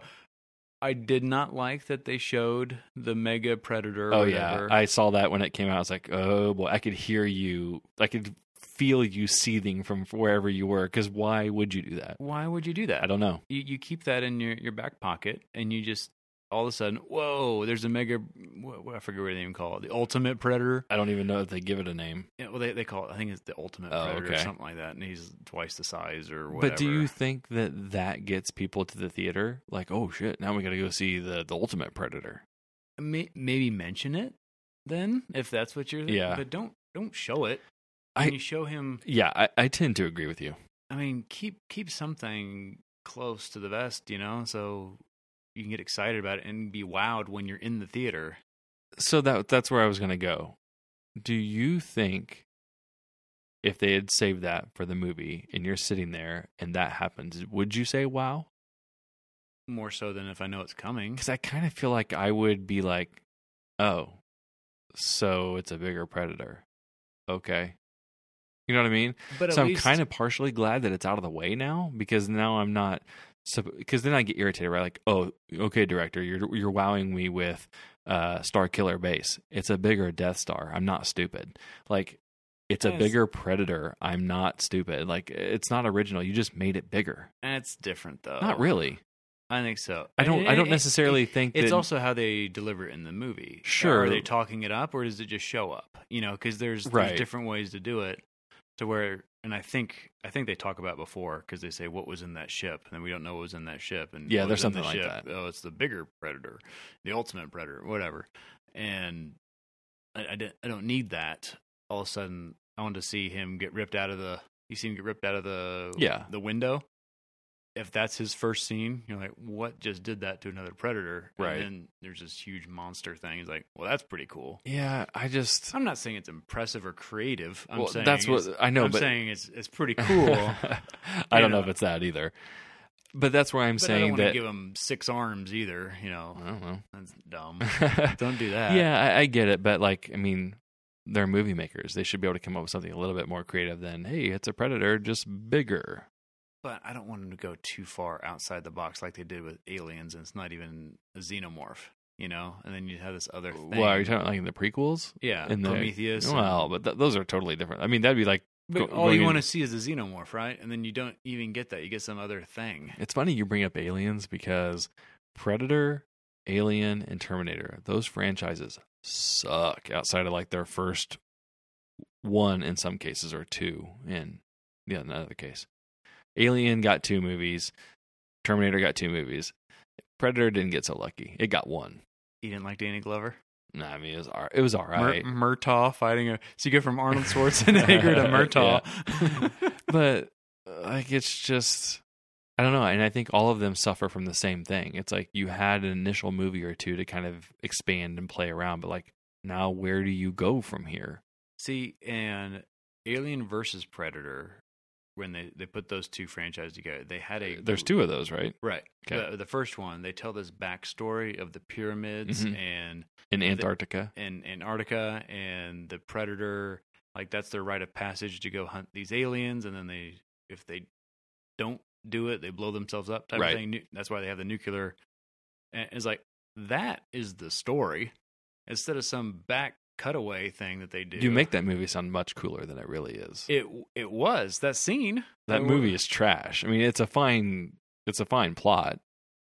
Speaker 2: I did not like that they showed the mega predator. or
Speaker 1: Oh yeah,
Speaker 2: whatever.
Speaker 1: I saw that when it came out. I was like, oh boy, I could hear you. I could feel you seething from wherever you were. Because why would you do that?
Speaker 2: Why would you do that?
Speaker 1: I don't know.
Speaker 2: You, you keep that in your, your back pocket, and you just all of a sudden, whoa! There's a mega. What, what- I forget what they even call it. The ultimate predator.
Speaker 1: I don't even know if they give it a name.
Speaker 2: Yeah, well, they they call it. I think it's the ultimate
Speaker 1: Oh,
Speaker 2: predator or
Speaker 1: okay.
Speaker 2: something like that. And he's twice the size or whatever.
Speaker 1: But do you think that that gets people to the theater? Like, oh shit, now we got to go see the the ultimate predator.
Speaker 2: May, maybe mention it then if that's what you're?
Speaker 1: Yeah.
Speaker 2: But don't don't show it.
Speaker 1: I-
Speaker 2: When you show him
Speaker 1: Yeah, I, I tend to agree with you.
Speaker 2: I mean, keep keep something close to the vest, you know, so you can get excited about it and be wowed when you're in the theater.
Speaker 1: So that that's where I was gonna go. Do you think if they had saved that for the movie and you're sitting there and that happens, would you say wow?
Speaker 2: More so than if I know it's coming.
Speaker 1: because I kind of feel like I would be like, oh, so it's a bigger predator. Okay. You know what I mean?
Speaker 2: But
Speaker 1: so I'm kind of partially glad that it's out of the way now because now I'm not. Because then I get irritated, right? Like, oh, okay, director, you're you're wowing me with uh, Star Killer Base. It's a bigger Death Star. I'm not stupid. Like, it's a
Speaker 2: Yes.
Speaker 1: bigger Predator. I'm not stupid. Like, it's not original. You just made it bigger.
Speaker 2: it's different though.
Speaker 1: Not really.
Speaker 2: I think so.
Speaker 1: I don't. I
Speaker 2: Oh. It-
Speaker 1: don't
Speaker 2: it-
Speaker 1: necessarily
Speaker 2: it-
Speaker 1: think
Speaker 2: It's
Speaker 1: that,
Speaker 2: also how they deliver it in the movie.
Speaker 1: Sure.
Speaker 2: Are they talking it up or does it just show up? You know, because there's,
Speaker 1: Right.
Speaker 2: there's different ways to do it. To where, and I think I think they talk about before because they say what was in that ship, and then we don't know what was in that ship. And
Speaker 1: Yeah,
Speaker 2: what
Speaker 1: there's
Speaker 2: was in the
Speaker 1: something like
Speaker 2: ship? Oh, it's the bigger predator, the ultimate predator, whatever. And I, I, di- I don't need that. All of a sudden, I want to see him get ripped out of the. You see him get ripped out of the
Speaker 1: Yeah.
Speaker 2: the window. If that's his first scene, you're like, what just did that to another predator?
Speaker 1: Right.
Speaker 2: And then there's this huge monster thing. He's like, well, that's pretty cool.
Speaker 1: Yeah, I just
Speaker 2: I'm not saying it's impressive or creative. I'm
Speaker 1: well,
Speaker 2: saying
Speaker 1: that's what
Speaker 2: it's-
Speaker 1: I know,
Speaker 2: I'm
Speaker 1: but
Speaker 2: saying it's it's pretty cool.
Speaker 1: I
Speaker 2: You
Speaker 1: don't know
Speaker 2: know.
Speaker 1: if it's that either. But that's where I'm
Speaker 2: but I don't
Speaker 1: saying
Speaker 2: want to
Speaker 1: that
Speaker 2: give him six arms either. You know,
Speaker 1: I don't know.
Speaker 2: that's dumb. don't do that.
Speaker 1: yeah, I, I get it, but like, I mean, they're movie makers. They should be able to come up with something a little bit more creative than hey, it's a predator, just bigger.
Speaker 2: But I don't want him to go too far outside the box like they did with aliens, and it's not even a xenomorph. You know, and then you have this other thing.
Speaker 1: Well, are you talking like in the prequels?
Speaker 2: yeah,
Speaker 1: in the-
Speaker 2: Prometheus. and-
Speaker 1: Well, but th- those are totally different. I mean, that'd be like
Speaker 2: But
Speaker 1: Go-
Speaker 2: all you
Speaker 1: going
Speaker 2: want to
Speaker 1: in-
Speaker 2: see is the xenomorph, right? And then you don't even get that. You get some other thing.
Speaker 1: It's funny you bring up aliens because Predator, Alien, and Terminator, those franchises suck outside of like their first one in some cases or two in yeah, in another case. Alien got two movies, Terminator got two movies. Predator didn't get so lucky. It got one.
Speaker 2: You didn't like Danny Glover?
Speaker 1: Nah, I mean it was all right. It was all right.
Speaker 2: Mur- Murtaugh fighting a. So you go from Arnold Schwarzenegger to Murtaugh.
Speaker 1: but like it's just I don't know, and I think all of them suffer from the same thing. It's like you had an initial movie or two to kind of expand and play around, but like now where do you go from here?
Speaker 2: See, and Alien versus Predator, when they, they put those two franchises together, they had a
Speaker 1: There's two of those, right?
Speaker 2: right.
Speaker 1: Okay.
Speaker 2: The, the first one, they tell this backstory of the pyramids
Speaker 1: Mhm.
Speaker 2: and
Speaker 1: In Antarctica.
Speaker 2: and Antarctica and the Predator. Like that's their rite of passage to go hunt these aliens, and then they if they don't do it, they blow themselves up. Type
Speaker 1: Right.
Speaker 2: of thing. Nu- That's why they have the nuclear. And it's like that is the story instead of some back cutaway thing that they do.
Speaker 1: You make that movie sound much cooler than it really is.
Speaker 2: it. It was that scene.
Speaker 1: that
Speaker 2: I-
Speaker 1: movie is trash. I mean, it's a fine it's a fine plot.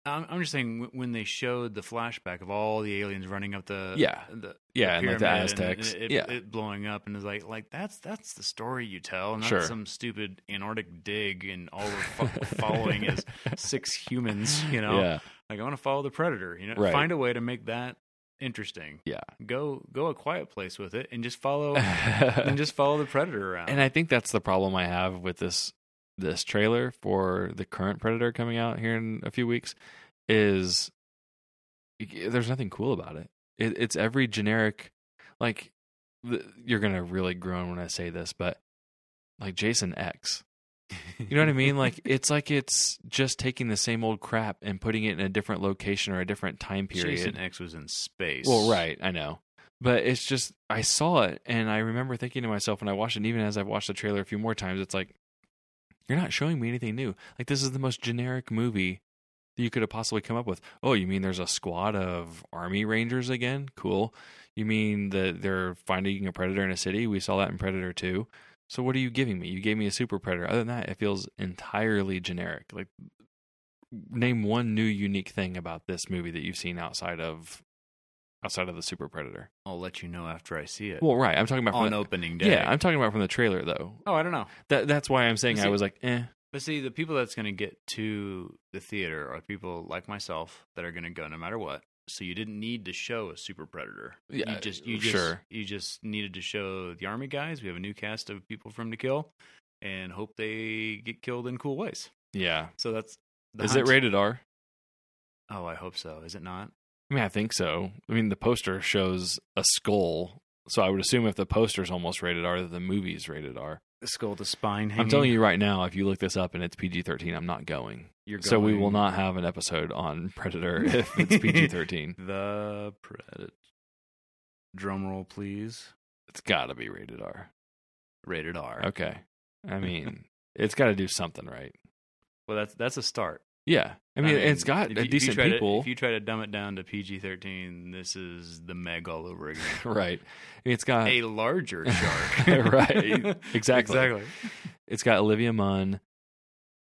Speaker 2: I'm, I'm just saying wh- when they showed the flashback of all the aliens running up the
Speaker 1: Yeah.
Speaker 2: Uh, the
Speaker 1: Yeah, and like the
Speaker 2: pyramid
Speaker 1: Aztecs.
Speaker 2: it,
Speaker 1: yeah.
Speaker 2: it blowing up and it's like like that's that's the story you tell, not
Speaker 1: Sure.
Speaker 2: some stupid Antarctic dig and all we're fo- following is six humans. You know,
Speaker 1: Yeah.
Speaker 2: like I want to follow the predator. You know,
Speaker 1: Right.
Speaker 2: find a way to make that interesting.
Speaker 1: Yeah.
Speaker 2: go go a quiet place with it and just follow and just follow the predator around.
Speaker 1: And I think that's the problem I have with this this trailer for the current Predator coming out here in a few weeks is there's nothing cool about it. it it's every generic like the, you're going to really groan when I say this, but like Jason X. You know what I mean? Like it's like it's just taking the same old crap and putting it in a different location or a different time period.
Speaker 2: Jason X was in space.
Speaker 1: Well, right, I know. But it's just I saw it and I remember thinking to myself when I watched it, and even as I've watched the trailer a few more times, it's like you're not showing me anything new. Like this is the most generic movie that you could have possibly come up with. Oh, you mean there's a squad of army rangers again? Cool. You mean that they're finding a predator in a city? We saw that in Predator 2. So what are you giving me? You gave me a super predator. Other than that, it feels entirely generic. Like name one new unique thing about this movie that you've seen outside of outside of the super predator.
Speaker 2: I'll let you know after I see it
Speaker 1: Well, right. I'm talking about
Speaker 2: on
Speaker 1: from
Speaker 2: opening
Speaker 1: the,
Speaker 2: day.
Speaker 1: yeah. I'm talking about from the trailer though.
Speaker 2: Oh, I don't know.
Speaker 1: That that's why I'm saying
Speaker 2: Is
Speaker 1: I
Speaker 2: it-
Speaker 1: was like, eh.
Speaker 2: But see, the people that's going to get to the theater are people like myself that are going to go no matter what. So you didn't need to show a super predator.
Speaker 1: Yeah,
Speaker 2: you just you just
Speaker 1: sure.
Speaker 2: you just needed to show the army guys. We have a new cast of people for 'em to kill, and hope they get killed in cool ways.
Speaker 1: Yeah.
Speaker 2: So that's the
Speaker 1: Is
Speaker 2: hunt.
Speaker 1: it rated R?
Speaker 2: Oh, I hope so. Is it not?
Speaker 1: I mean, I think so. I mean, the poster shows a skull, so I would assume if the poster's almost rated R, that the movie's rated R.
Speaker 2: The skull, the spine.
Speaker 1: am telling you right now, if you look this up and it's PG-13, I'm not going.
Speaker 2: you're
Speaker 1: So we will
Speaker 2: going
Speaker 1: not have an episode on Predator if it's PG-13.
Speaker 2: The predator. Drum roll, please.
Speaker 1: It's got to be rated R.
Speaker 2: Rated R.
Speaker 1: Okay. I mean, it's got to do something right.
Speaker 2: Well, that's that's a start.
Speaker 1: Yeah. I mean, it's got
Speaker 2: if you- if you
Speaker 1: decent
Speaker 2: try to-
Speaker 1: people.
Speaker 2: if you try to dumb it down to PG thirteen, this is the Meg all over again.
Speaker 1: right. It's got
Speaker 2: a larger shark,
Speaker 1: Right. Exactly.
Speaker 2: exactly.
Speaker 1: it's got Olivia Munn.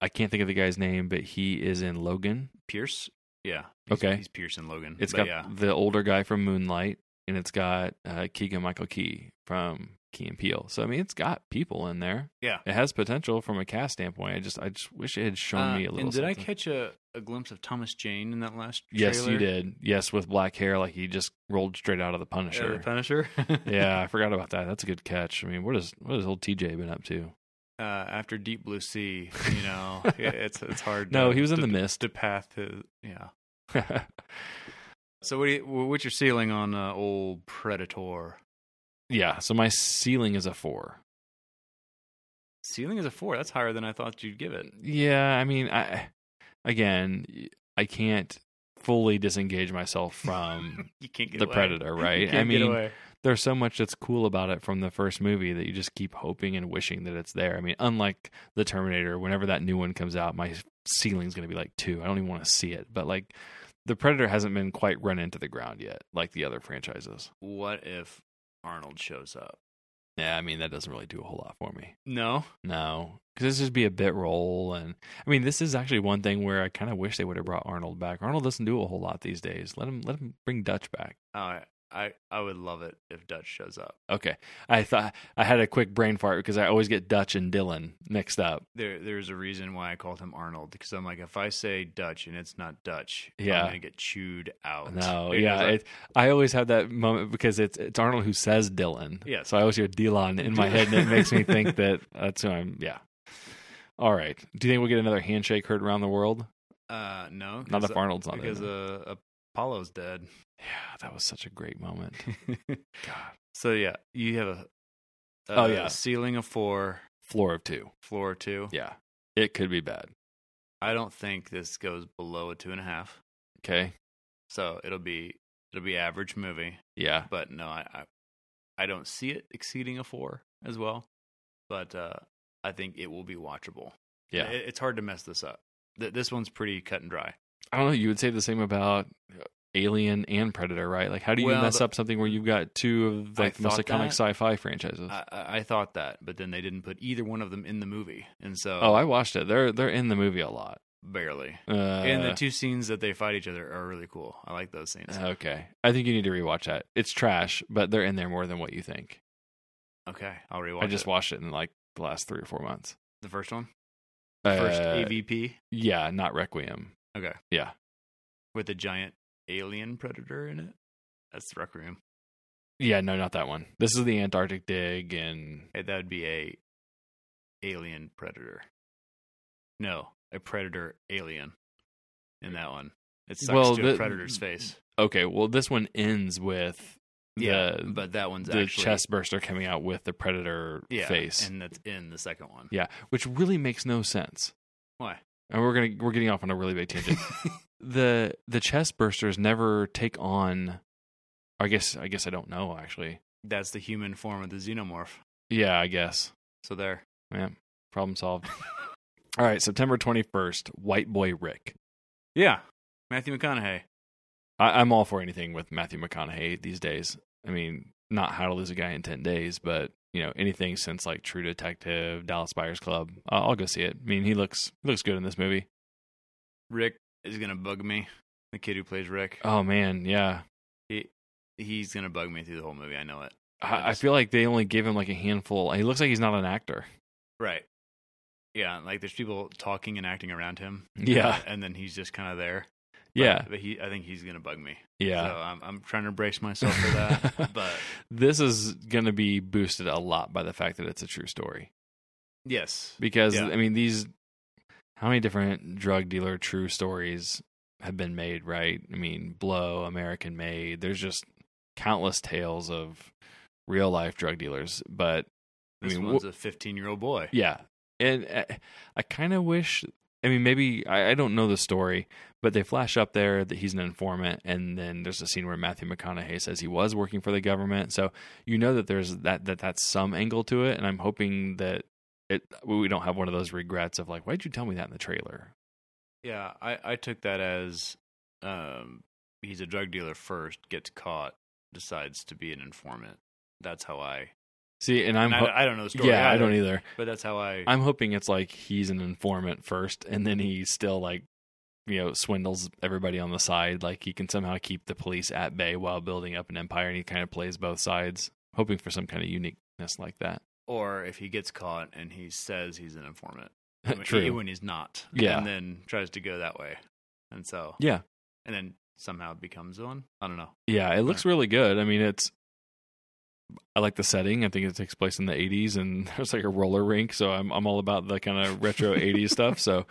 Speaker 1: I can't think of the guy's name, but he is in Logan.
Speaker 2: Pierce, yeah. He's,
Speaker 1: Okay.
Speaker 2: he's Pierce and Logan.
Speaker 1: It's
Speaker 2: It's
Speaker 1: got
Speaker 2: yeah.
Speaker 1: the older guy from Moonlight, and it's got uh, Keegan Michael Key from Key and Peele. So I mean, it's got people in there.
Speaker 2: Yeah.
Speaker 1: It has potential from a cast standpoint. I just, I just wish it had shown
Speaker 2: Uh,
Speaker 1: me a little.
Speaker 2: and did I
Speaker 1: something.
Speaker 2: catch a, a glimpse of Thomas Jane in that last? Trailer?
Speaker 1: Yes, you did. Yes, with black hair, like he just rolled straight out of the
Speaker 2: Uh,
Speaker 1: Punisher.
Speaker 2: the Punisher.
Speaker 1: yeah, I forgot about that. That's a good catch. I mean, what is what has old TJ been up to?
Speaker 2: Uh, after Deep Blue Sea, you know, yeah, it's it's hard.
Speaker 1: No,
Speaker 2: to-
Speaker 1: he was in
Speaker 2: to,
Speaker 1: the mist.
Speaker 2: to path his yeah. So what? Do you, what's your ceiling on uh, old Predator?
Speaker 1: yeah. So my ceiling is a four.
Speaker 2: Ceiling is a four. That's higher than I thought you'd give it.
Speaker 1: Yeah, I mean, I again, I can't fully disengage myself from
Speaker 2: You can't get
Speaker 1: the
Speaker 2: away.
Speaker 1: Predator,
Speaker 2: You
Speaker 1: right?
Speaker 2: can't
Speaker 1: I
Speaker 2: get
Speaker 1: mean,
Speaker 2: away.
Speaker 1: there's so much that's cool about it from the first movie that you just keep hoping and wishing that it's there. I mean, unlike the Terminator, whenever that new one comes out, my ceiling's going to be like two. I don't even want to see it, but like. The Predator hasn't been quite run into the ground yet, like the other franchises.
Speaker 2: what if Arnold shows up?
Speaker 1: Yeah, I mean that doesn't really do a whole lot for me.
Speaker 2: No,
Speaker 1: No, because this just be a bit role, and I mean, this is actually one thing where I kind of wish they would have brought Arnold back. Arnold doesn't do a whole lot these days. Let him let him bring Dutch back.
Speaker 2: Oh, I I I would love it if Dutch shows up.
Speaker 1: Okay, I thought I had a quick brain fart because I always get Dutch and Dylan mixed up.
Speaker 2: There there's a reason why I called him Arnold because I'm like if I say Dutch and it's not Dutch,
Speaker 1: Yeah.
Speaker 2: I'm gonna get chewed out.
Speaker 1: No,
Speaker 2: Because
Speaker 1: yeah,
Speaker 2: I-
Speaker 1: it, I always have that moment because it's it's Arnold who says Dylan.
Speaker 2: Yes.
Speaker 1: so I always hear Dylan in my head, and it makes me think that that's who I'm. Yeah, All right. Do you think we'll get another handshake heard around the world?
Speaker 2: Uh, no,
Speaker 1: Not
Speaker 2: 'cause-
Speaker 1: if Arnold's not
Speaker 2: because
Speaker 1: in. it.
Speaker 2: uh, Apollo's dead.
Speaker 1: yeah, that was such a great moment. God.
Speaker 2: so yeah, you have a, a
Speaker 1: Oh, yeah.
Speaker 2: ceiling of four,
Speaker 1: Floor of two.
Speaker 2: floor of two.
Speaker 1: Yeah. It could be bad.
Speaker 2: I don't think this goes below a two and a half.
Speaker 1: Okay.
Speaker 2: So it'll be it'll be average movie.
Speaker 1: Yeah.
Speaker 2: But no, I I, I don't see it exceeding a four as well. But uh, I think it will be watchable.
Speaker 1: Yeah.
Speaker 2: It- it's hard to mess this up. Th- This one's pretty cut and dry.
Speaker 1: I don't know. You would say the same about uh, Alien and Predator, right? Like, how do you
Speaker 2: Well,
Speaker 1: mess
Speaker 2: the-
Speaker 1: up something where you've got two of
Speaker 2: I
Speaker 1: like, the most
Speaker 2: thought
Speaker 1: iconic
Speaker 2: that.
Speaker 1: sci-fi franchises?
Speaker 2: I, I I thought that, but then they didn't put either one of them in the movie, and so
Speaker 1: oh, I watched it. They're they're in the movie a lot.
Speaker 2: barely.
Speaker 1: Uh, Uh,
Speaker 2: and the two scenes that they fight each other are really cool. I like those scenes.
Speaker 1: okay, I think you need to rewatch that. It's trash, but they're in there more than what you think.
Speaker 2: okay, I'll rewatch.
Speaker 1: I just
Speaker 2: it.
Speaker 1: watched it in like the last three or four months.
Speaker 2: the first one, the first
Speaker 1: Uh,
Speaker 2: AVP
Speaker 1: Yeah, not Requiem.
Speaker 2: Okay.
Speaker 1: Yeah.
Speaker 2: with the giant alien predator in it. That's the rec room.
Speaker 1: Yeah, no, not that one. This is the Antarctic dig, and
Speaker 2: Hey, Eh, that would be a alien predator. No, a predator alien. In that one, it sucks
Speaker 1: Well,
Speaker 2: to a
Speaker 1: the-
Speaker 2: predator's face.
Speaker 1: okay, well, this one ends with the
Speaker 2: Yeah, but that one's
Speaker 1: the
Speaker 2: actually
Speaker 1: chest burster coming out with the predator
Speaker 2: yeah,
Speaker 1: face,
Speaker 2: and that's in the second one.
Speaker 1: Yeah, which really makes no sense.
Speaker 2: Why?
Speaker 1: And we're gonna we're getting off on a really big tangent. the the chest bursters never take on. I guess I guess I don't know actually.
Speaker 2: That's the human form of the xenomorph.
Speaker 1: Yeah, I guess.
Speaker 2: So there.
Speaker 1: Yeah, problem solved. All right, September twenty first, White Boy Rick.
Speaker 2: Yeah, Matthew McConaughey.
Speaker 1: I, I'm all for anything with Matthew McConaughey these days. I mean, not How to Lose a Guy in Ten Days, but you know anything since like True Detective, Dallas Buyers Club. I'll I'll go see it. I mean, he looks he looks good in this movie.
Speaker 2: Rick is gonna bug me. The kid who plays Rick.
Speaker 1: Oh man, yeah.
Speaker 2: He he's gonna bug me through the whole movie. I know it.
Speaker 1: I, I
Speaker 2: just-
Speaker 1: feel like they only gave him like a handful. He looks like he's not an actor.
Speaker 2: Right. Yeah, like there's people talking and acting around him.
Speaker 1: Yeah.
Speaker 2: and then he's just kind of there. But-
Speaker 1: Yeah,
Speaker 2: but he, I think he's gonna bug me. so
Speaker 1: yeah.
Speaker 2: I'm, I'm trying to brace myself for that. but
Speaker 1: this is going to be boosted a lot by the fact that it's a true story.
Speaker 2: yes,
Speaker 1: Because
Speaker 2: Yeah.
Speaker 1: I mean, these how many different drug dealer true stories have been made? Right? I mean, Blow, American Made. There's just countless tales of real life drug dealers. But I
Speaker 2: this
Speaker 1: mean,
Speaker 2: one's a 15 year old boy.
Speaker 1: Yeah. And uh, I kind of wish, I mean, maybe, I, I don't know the story, but they flash up there that he's an informant. And then there's a scene where Matthew McConaughey says he was working for the government. So you know that there's that, that that's some angle to it. And I'm hoping that it, we don't have one of those regrets of like, why'd you tell me that in the trailer?
Speaker 2: Yeah, I, I took that as um, he's a drug dealer first, gets caught, decides to be an informant. That's how I.
Speaker 1: See, and I'm,
Speaker 2: and I,
Speaker 1: ho-
Speaker 2: I don't know the story.
Speaker 1: yeah, I don't either.
Speaker 2: But that's how I.
Speaker 1: I'm hoping it's like he's an informant first, and then he still like, you know, swindles everybody on the side. Like he can somehow keep the police at bay while building up an empire, and he kind of plays both sides, hoping for some kind of uniqueness like that.
Speaker 2: or if he gets caught and he says he's an informant, when-
Speaker 1: True.
Speaker 2: when he's not,
Speaker 1: Yeah.
Speaker 2: and then tries to go that way, and so
Speaker 1: Yeah,
Speaker 2: and then somehow becomes one. I don't know.
Speaker 1: yeah, it looks really good. I mean, it's. I like the setting. I think it takes place in the '80s, and there's like a roller rink, so I'm I'm all about the kind of retro '80s stuff. So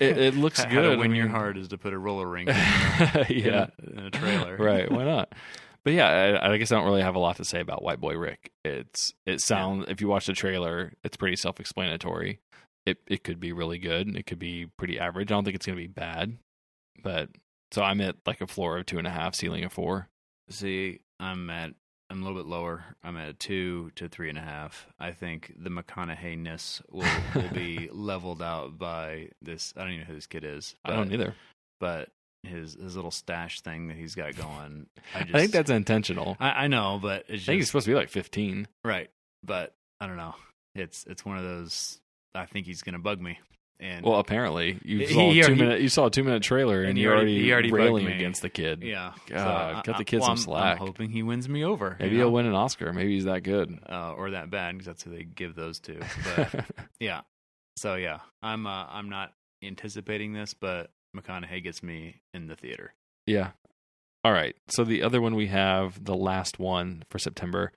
Speaker 1: it, it looks
Speaker 2: How-
Speaker 1: good.
Speaker 2: How to
Speaker 1: I
Speaker 2: win your
Speaker 1: mean-
Speaker 2: heart is to put a roller rink in, a- in
Speaker 1: yeah,
Speaker 2: a, in a trailer,
Speaker 1: right? Why not? But yeah, I, I guess I don't really have a lot to say about White Boy Rick. It's it sounds if you watch the trailer, it's pretty self explanatory. It it could be really good. and It could be pretty average. I don't think it's gonna be bad. But so I'm at like a floor of two and a half, ceiling of four.
Speaker 2: See, I'm at I'm a little bit lower. I'm at a two to three and a half. I think the McConaughey ness will, will be leveled out by this. I don't even know who this kid is. But,
Speaker 1: I don't either.
Speaker 2: But his his little stash thing that he's got going. I, just,
Speaker 1: I think that's intentional. I,
Speaker 2: I, I know, but it's
Speaker 1: think it's
Speaker 2: just
Speaker 1: supposed to be like 15.
Speaker 2: right. But I don't know. It's it's one of those. I think he's gonna bug me. And
Speaker 1: Well, apparently you
Speaker 2: He-
Speaker 1: saw
Speaker 2: he-
Speaker 1: a two
Speaker 2: he-
Speaker 1: minute you saw a two minute trailer and,
Speaker 2: and he
Speaker 1: you're
Speaker 2: already-
Speaker 1: already,
Speaker 2: he already bugged
Speaker 1: railing
Speaker 2: me.
Speaker 1: against the kid.
Speaker 2: yeah, So
Speaker 1: God,
Speaker 2: I-
Speaker 1: cut the
Speaker 2: I-
Speaker 1: kid
Speaker 2: well,
Speaker 1: some
Speaker 2: I'm-
Speaker 1: slack.
Speaker 2: I'm hoping he wins me over. you
Speaker 1: Maybe
Speaker 2: know?
Speaker 1: he'll win an Oscar. Maybe he's that good.
Speaker 2: uh, or that bad because that's who they give those to. But Yeah. So yeah, I'm uh, I'm not anticipating this, but McConaughey gets me in the theater.
Speaker 1: Yeah. All right. So the other one we have, the last one for September,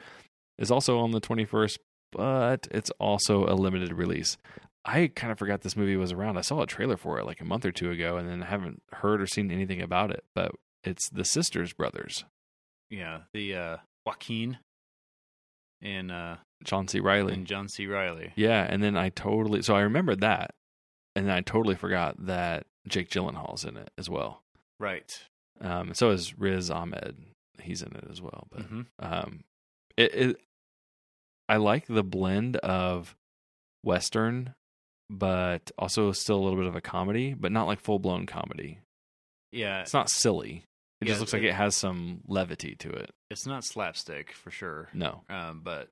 Speaker 1: is also on the 21st, but it's also a limited release. I kind of forgot this movie was around. I saw a trailer for it like a month or two ago, and then I haven't heard or seen anything about it. But it's the Sisters Brothers,
Speaker 2: Yeah, the uh, Joaquin and uh,
Speaker 1: John C. Riley.
Speaker 2: and John C. Riley.
Speaker 1: Yeah, and then I totally so I remembered that, and then I totally forgot that Jake Gyllenhaal's in it as well.
Speaker 2: Right.
Speaker 1: Um, and so is Riz Ahmed. He's in it as well. But
Speaker 2: Mhm.
Speaker 1: um, it, it I like the blend of western, but also still a little bit of a comedy, but not like full blown comedy.
Speaker 2: Yeah,
Speaker 1: It's not silly. It
Speaker 2: Yeah,
Speaker 1: just looks like
Speaker 2: it-
Speaker 1: it has some levity to it.
Speaker 2: it's not slapstick for sure,
Speaker 1: No,
Speaker 2: um, but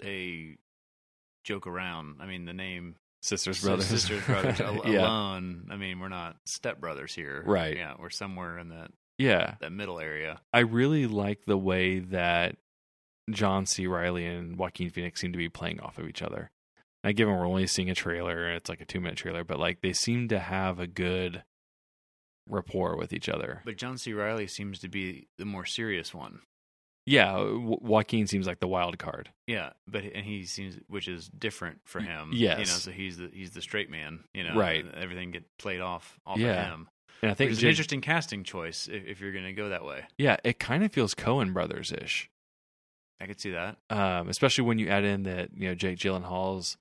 Speaker 2: they joke around. I mean, the name
Speaker 1: sisters,
Speaker 2: Sis-
Speaker 1: brothers,
Speaker 2: sisters, brothers al-
Speaker 1: yeah,
Speaker 2: alone. I mean, we're not stepbrothers here,
Speaker 1: Right.
Speaker 2: Yeah, we're somewhere in that
Speaker 1: yeah.
Speaker 2: that middle area.
Speaker 1: I really like the way that John C. Riley and Joaquin Phoenix seem to be playing off of each other. Now, given we're only seeing a trailer, and it's like a two minute trailer, but like they seem to have a good rapport with each other.
Speaker 2: But John C. Riley seems to be the more serious one.
Speaker 1: yeah, jo- Joaquin seems like the wild card.
Speaker 2: Yeah, but and he seems which is different for
Speaker 1: Y-
Speaker 2: him. you know,
Speaker 1: yes.
Speaker 2: so he's the he's the straight man. You know,
Speaker 1: Right.
Speaker 2: and Everything get played off off
Speaker 1: Yeah.
Speaker 2: of him.
Speaker 1: And I
Speaker 2: Which
Speaker 1: think,
Speaker 2: is an
Speaker 1: Jake-
Speaker 2: interesting casting choice if, if you're going to go that way.
Speaker 1: yeah, it kind of feels Cohen brothers ish,
Speaker 2: I could see that.
Speaker 1: um, especially when you add in that, you know, Jake Gyllenhaal's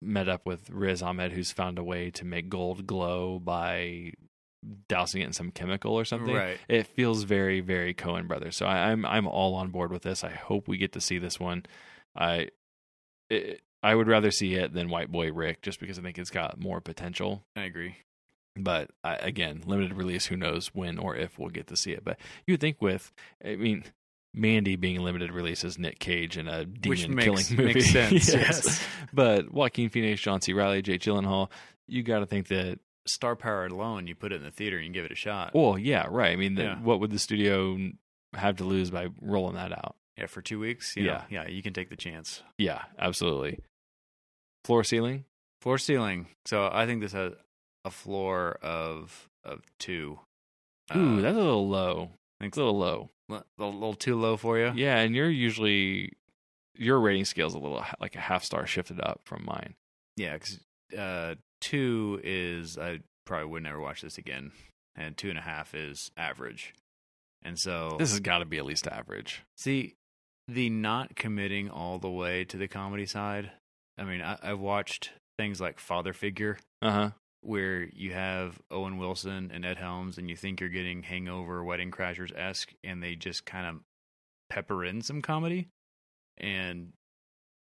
Speaker 1: met up with Riz Ahmed, who's found a way to make gold glow by dousing it in some chemical or something.
Speaker 2: Right.
Speaker 1: it feels very very Cohen brothers. So I, I'm I'm all on board with this. I hope we get to see this one. I it, I would rather see it than White Boy Rick just because I think it's got more potential.
Speaker 2: I agree.
Speaker 1: But I, again, limited release. Who knows when or if we'll get to see it? But you would think with I mean. Mandy being limited release is Nick Cage in a
Speaker 2: Which
Speaker 1: demon
Speaker 2: makes-
Speaker 1: killing movie.
Speaker 2: makes sense, yes.
Speaker 1: But Joaquin Phoenix, John C. Riley, Jake Gyllenhaal, you got to think that
Speaker 2: Star power alone, you put it in the theater and you give it a shot.
Speaker 1: Well, yeah, right. I mean, the,
Speaker 2: Yeah.
Speaker 1: what would the studio n- have to lose by rolling that out?
Speaker 2: yeah, for two weeks. You know,
Speaker 1: Yeah.
Speaker 2: yeah, you can take the chance.
Speaker 1: Yeah, absolutely. Floor ceiling.
Speaker 2: Floor ceiling. So I think this has a floor of of two.
Speaker 1: Ooh,
Speaker 2: Uh,
Speaker 1: that's a little low.
Speaker 2: thanks.
Speaker 1: It's a little low.
Speaker 2: li- a little too low for you.
Speaker 1: Yeah, and you're usually your rating scale's a little h- like a half star shifted up from mine.
Speaker 2: Yeah, because uh, two is I probably would never watch this again, and two and a half is average. And so
Speaker 1: This has got to be at least average.
Speaker 2: see the not committing all the way to the comedy side. I mean, I, I've watched things like Father Figure,
Speaker 1: Uh huh.
Speaker 2: where you have Owen Wilson and Ed Helms, and you think you're getting Hangover, Wedding Crashers esque, and they just kind of pepper in some comedy, and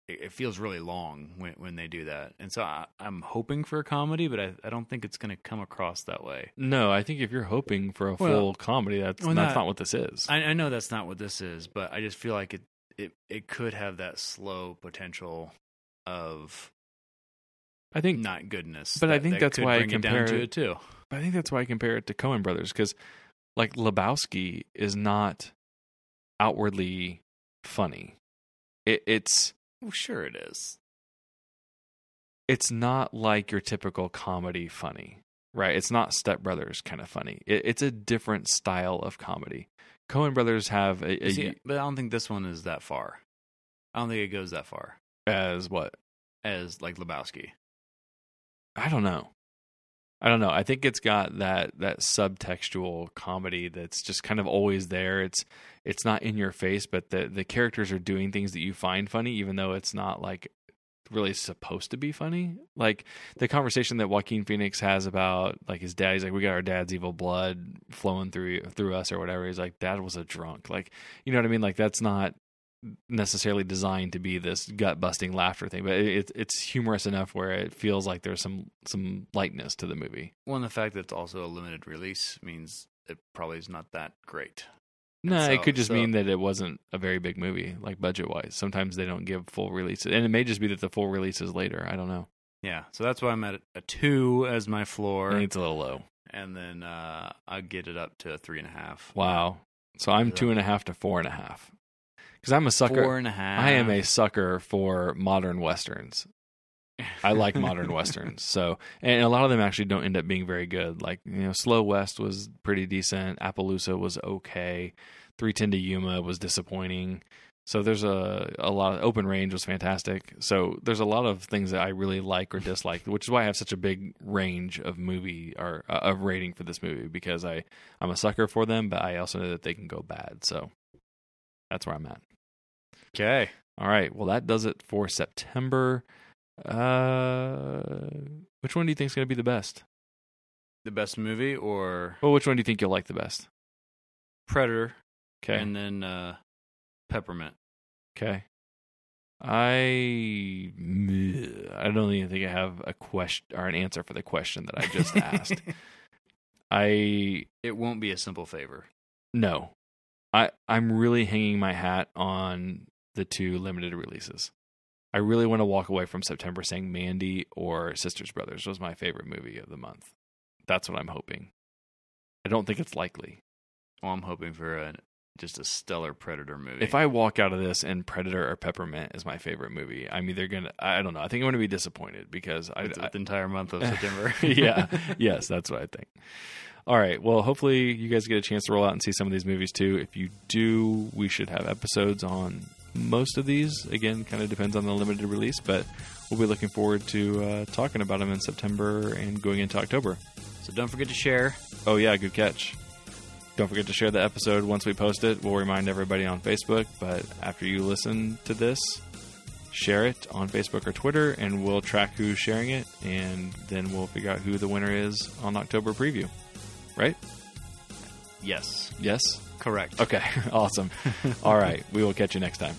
Speaker 2: it, it feels really long when when they do that. And so I, I'm hoping for a comedy, but I, I don't think it's going to come across that way.
Speaker 1: No, I think if you're hoping for a full
Speaker 2: Well,
Speaker 1: comedy, that's
Speaker 2: well,
Speaker 1: that's
Speaker 2: not-
Speaker 1: not what this is.
Speaker 2: I, I know that's not what this is, but I just feel like it it it could have that slow potential of
Speaker 1: I think
Speaker 2: not goodness.
Speaker 1: but I
Speaker 2: that-
Speaker 1: think
Speaker 2: that
Speaker 1: that's
Speaker 2: could
Speaker 1: why I
Speaker 2: bring it down
Speaker 1: compare
Speaker 2: to
Speaker 1: it-
Speaker 2: it too.
Speaker 1: But I think that's why I compare it to Cohen Brothers because, like, Lebowski is not outwardly funny. It, it's
Speaker 2: Well, sure it is.
Speaker 1: it's not like your typical comedy funny, right? It's not Step Brothers kind of funny. It, it's a different style of comedy. Cohen Brothers have a, a-
Speaker 2: See, but I don't think this one is that far. I don't think it goes that far
Speaker 1: as what
Speaker 2: as like Lebowski.
Speaker 1: I don't know. I don't know. I think it's got that that subtextual comedy that's just kind of always there. It's it's not in your face, but the the characters are doing things that you find funny, even though it's not like really supposed to be funny. Like the conversation that Joaquin Phoenix has about like his dad. He's like, "We got our dad's evil blood flowing through through us, or whatever." He's like, "Dad was a drunk." Like, you know what I mean? Like that's not necessarily designed to be this gut busting laughter thing, but it, it, it's humorous enough where it feels like there's some some lightness to the movie.
Speaker 2: Well, and the fact that it's also a limited release means it probably is not that great. And
Speaker 1: No,
Speaker 2: so-
Speaker 1: it could just
Speaker 2: so-
Speaker 1: mean that it wasn't a very big movie, like budget wise. Sometimes they don't give full releases, and it may just be that the full release is later. I don't know.
Speaker 2: Yeah, so that's why I'm at a two as my floor,
Speaker 1: I think it's a little low.
Speaker 2: and then uh, I get it up to a three and a half.
Speaker 1: Wow. So I'm
Speaker 2: Yeah.
Speaker 1: two and a half to four and a half. Because I'm a sucker.
Speaker 2: Four and a half.
Speaker 1: I am a sucker for modern westerns. I like modern westerns. So, and a lot of them actually don't end up being very good. Like, you know, Slow West was pretty decent. Appaloosa was okay. 310 to Yuma was disappointing. So there's a a lot of open range was fantastic. So there's a lot of things that I really like or dislike, which is why I have such a big range of movie or uh, of rating for this movie because I I'm a sucker for them, but I also know that they can go bad. So that's where I'm at.
Speaker 2: Okay.
Speaker 1: All right. Well, that does it for September. Uh, which one do you think is going to be the best?
Speaker 2: The best movie or
Speaker 1: Well, which one do you think you'll like the best?
Speaker 2: Predator
Speaker 1: Okay.
Speaker 2: and then uh, Peppermint.
Speaker 1: Okay. I I don't even think I have a question or an answer for the question that I just asked. I
Speaker 2: it won't be a simple favor.
Speaker 1: no. I I'm really hanging my hat on the two limited releases. I really want to walk away from September saying Mandy or Sisters Brothers was my favorite movie of the month. That's what I'm hoping. I don't think it's likely.
Speaker 2: Well, I'm hoping for a, just a stellar Predator movie.
Speaker 1: If I walk out of this and Predator or Peppermint is my favorite movie, I'm either gonna I don't know. I think I'm gonna be disappointed because I,
Speaker 2: with,
Speaker 1: I
Speaker 2: with the entire month of September.
Speaker 1: yeah. Yes, that's what I think. All right. Well, hopefully you guys get a chance to roll out and see some of these movies too. If you do, we should have episodes on most of these. Again, kind of depends on the limited release, but we'll be looking forward to uh, talking about them in September and going into October.
Speaker 2: So don't forget to share.
Speaker 1: Oh, yeah, good catch. Don't forget to share the episode once we post it. We'll remind everybody on Facebook, but after you listen to this, share it on Facebook or Twitter, and we'll track who's sharing it, and then we'll figure out who the winner is on October preview. Right?
Speaker 2: Yes.
Speaker 1: Yes?
Speaker 2: Correct.
Speaker 1: Okay, awesome. All right, we will catch you next time.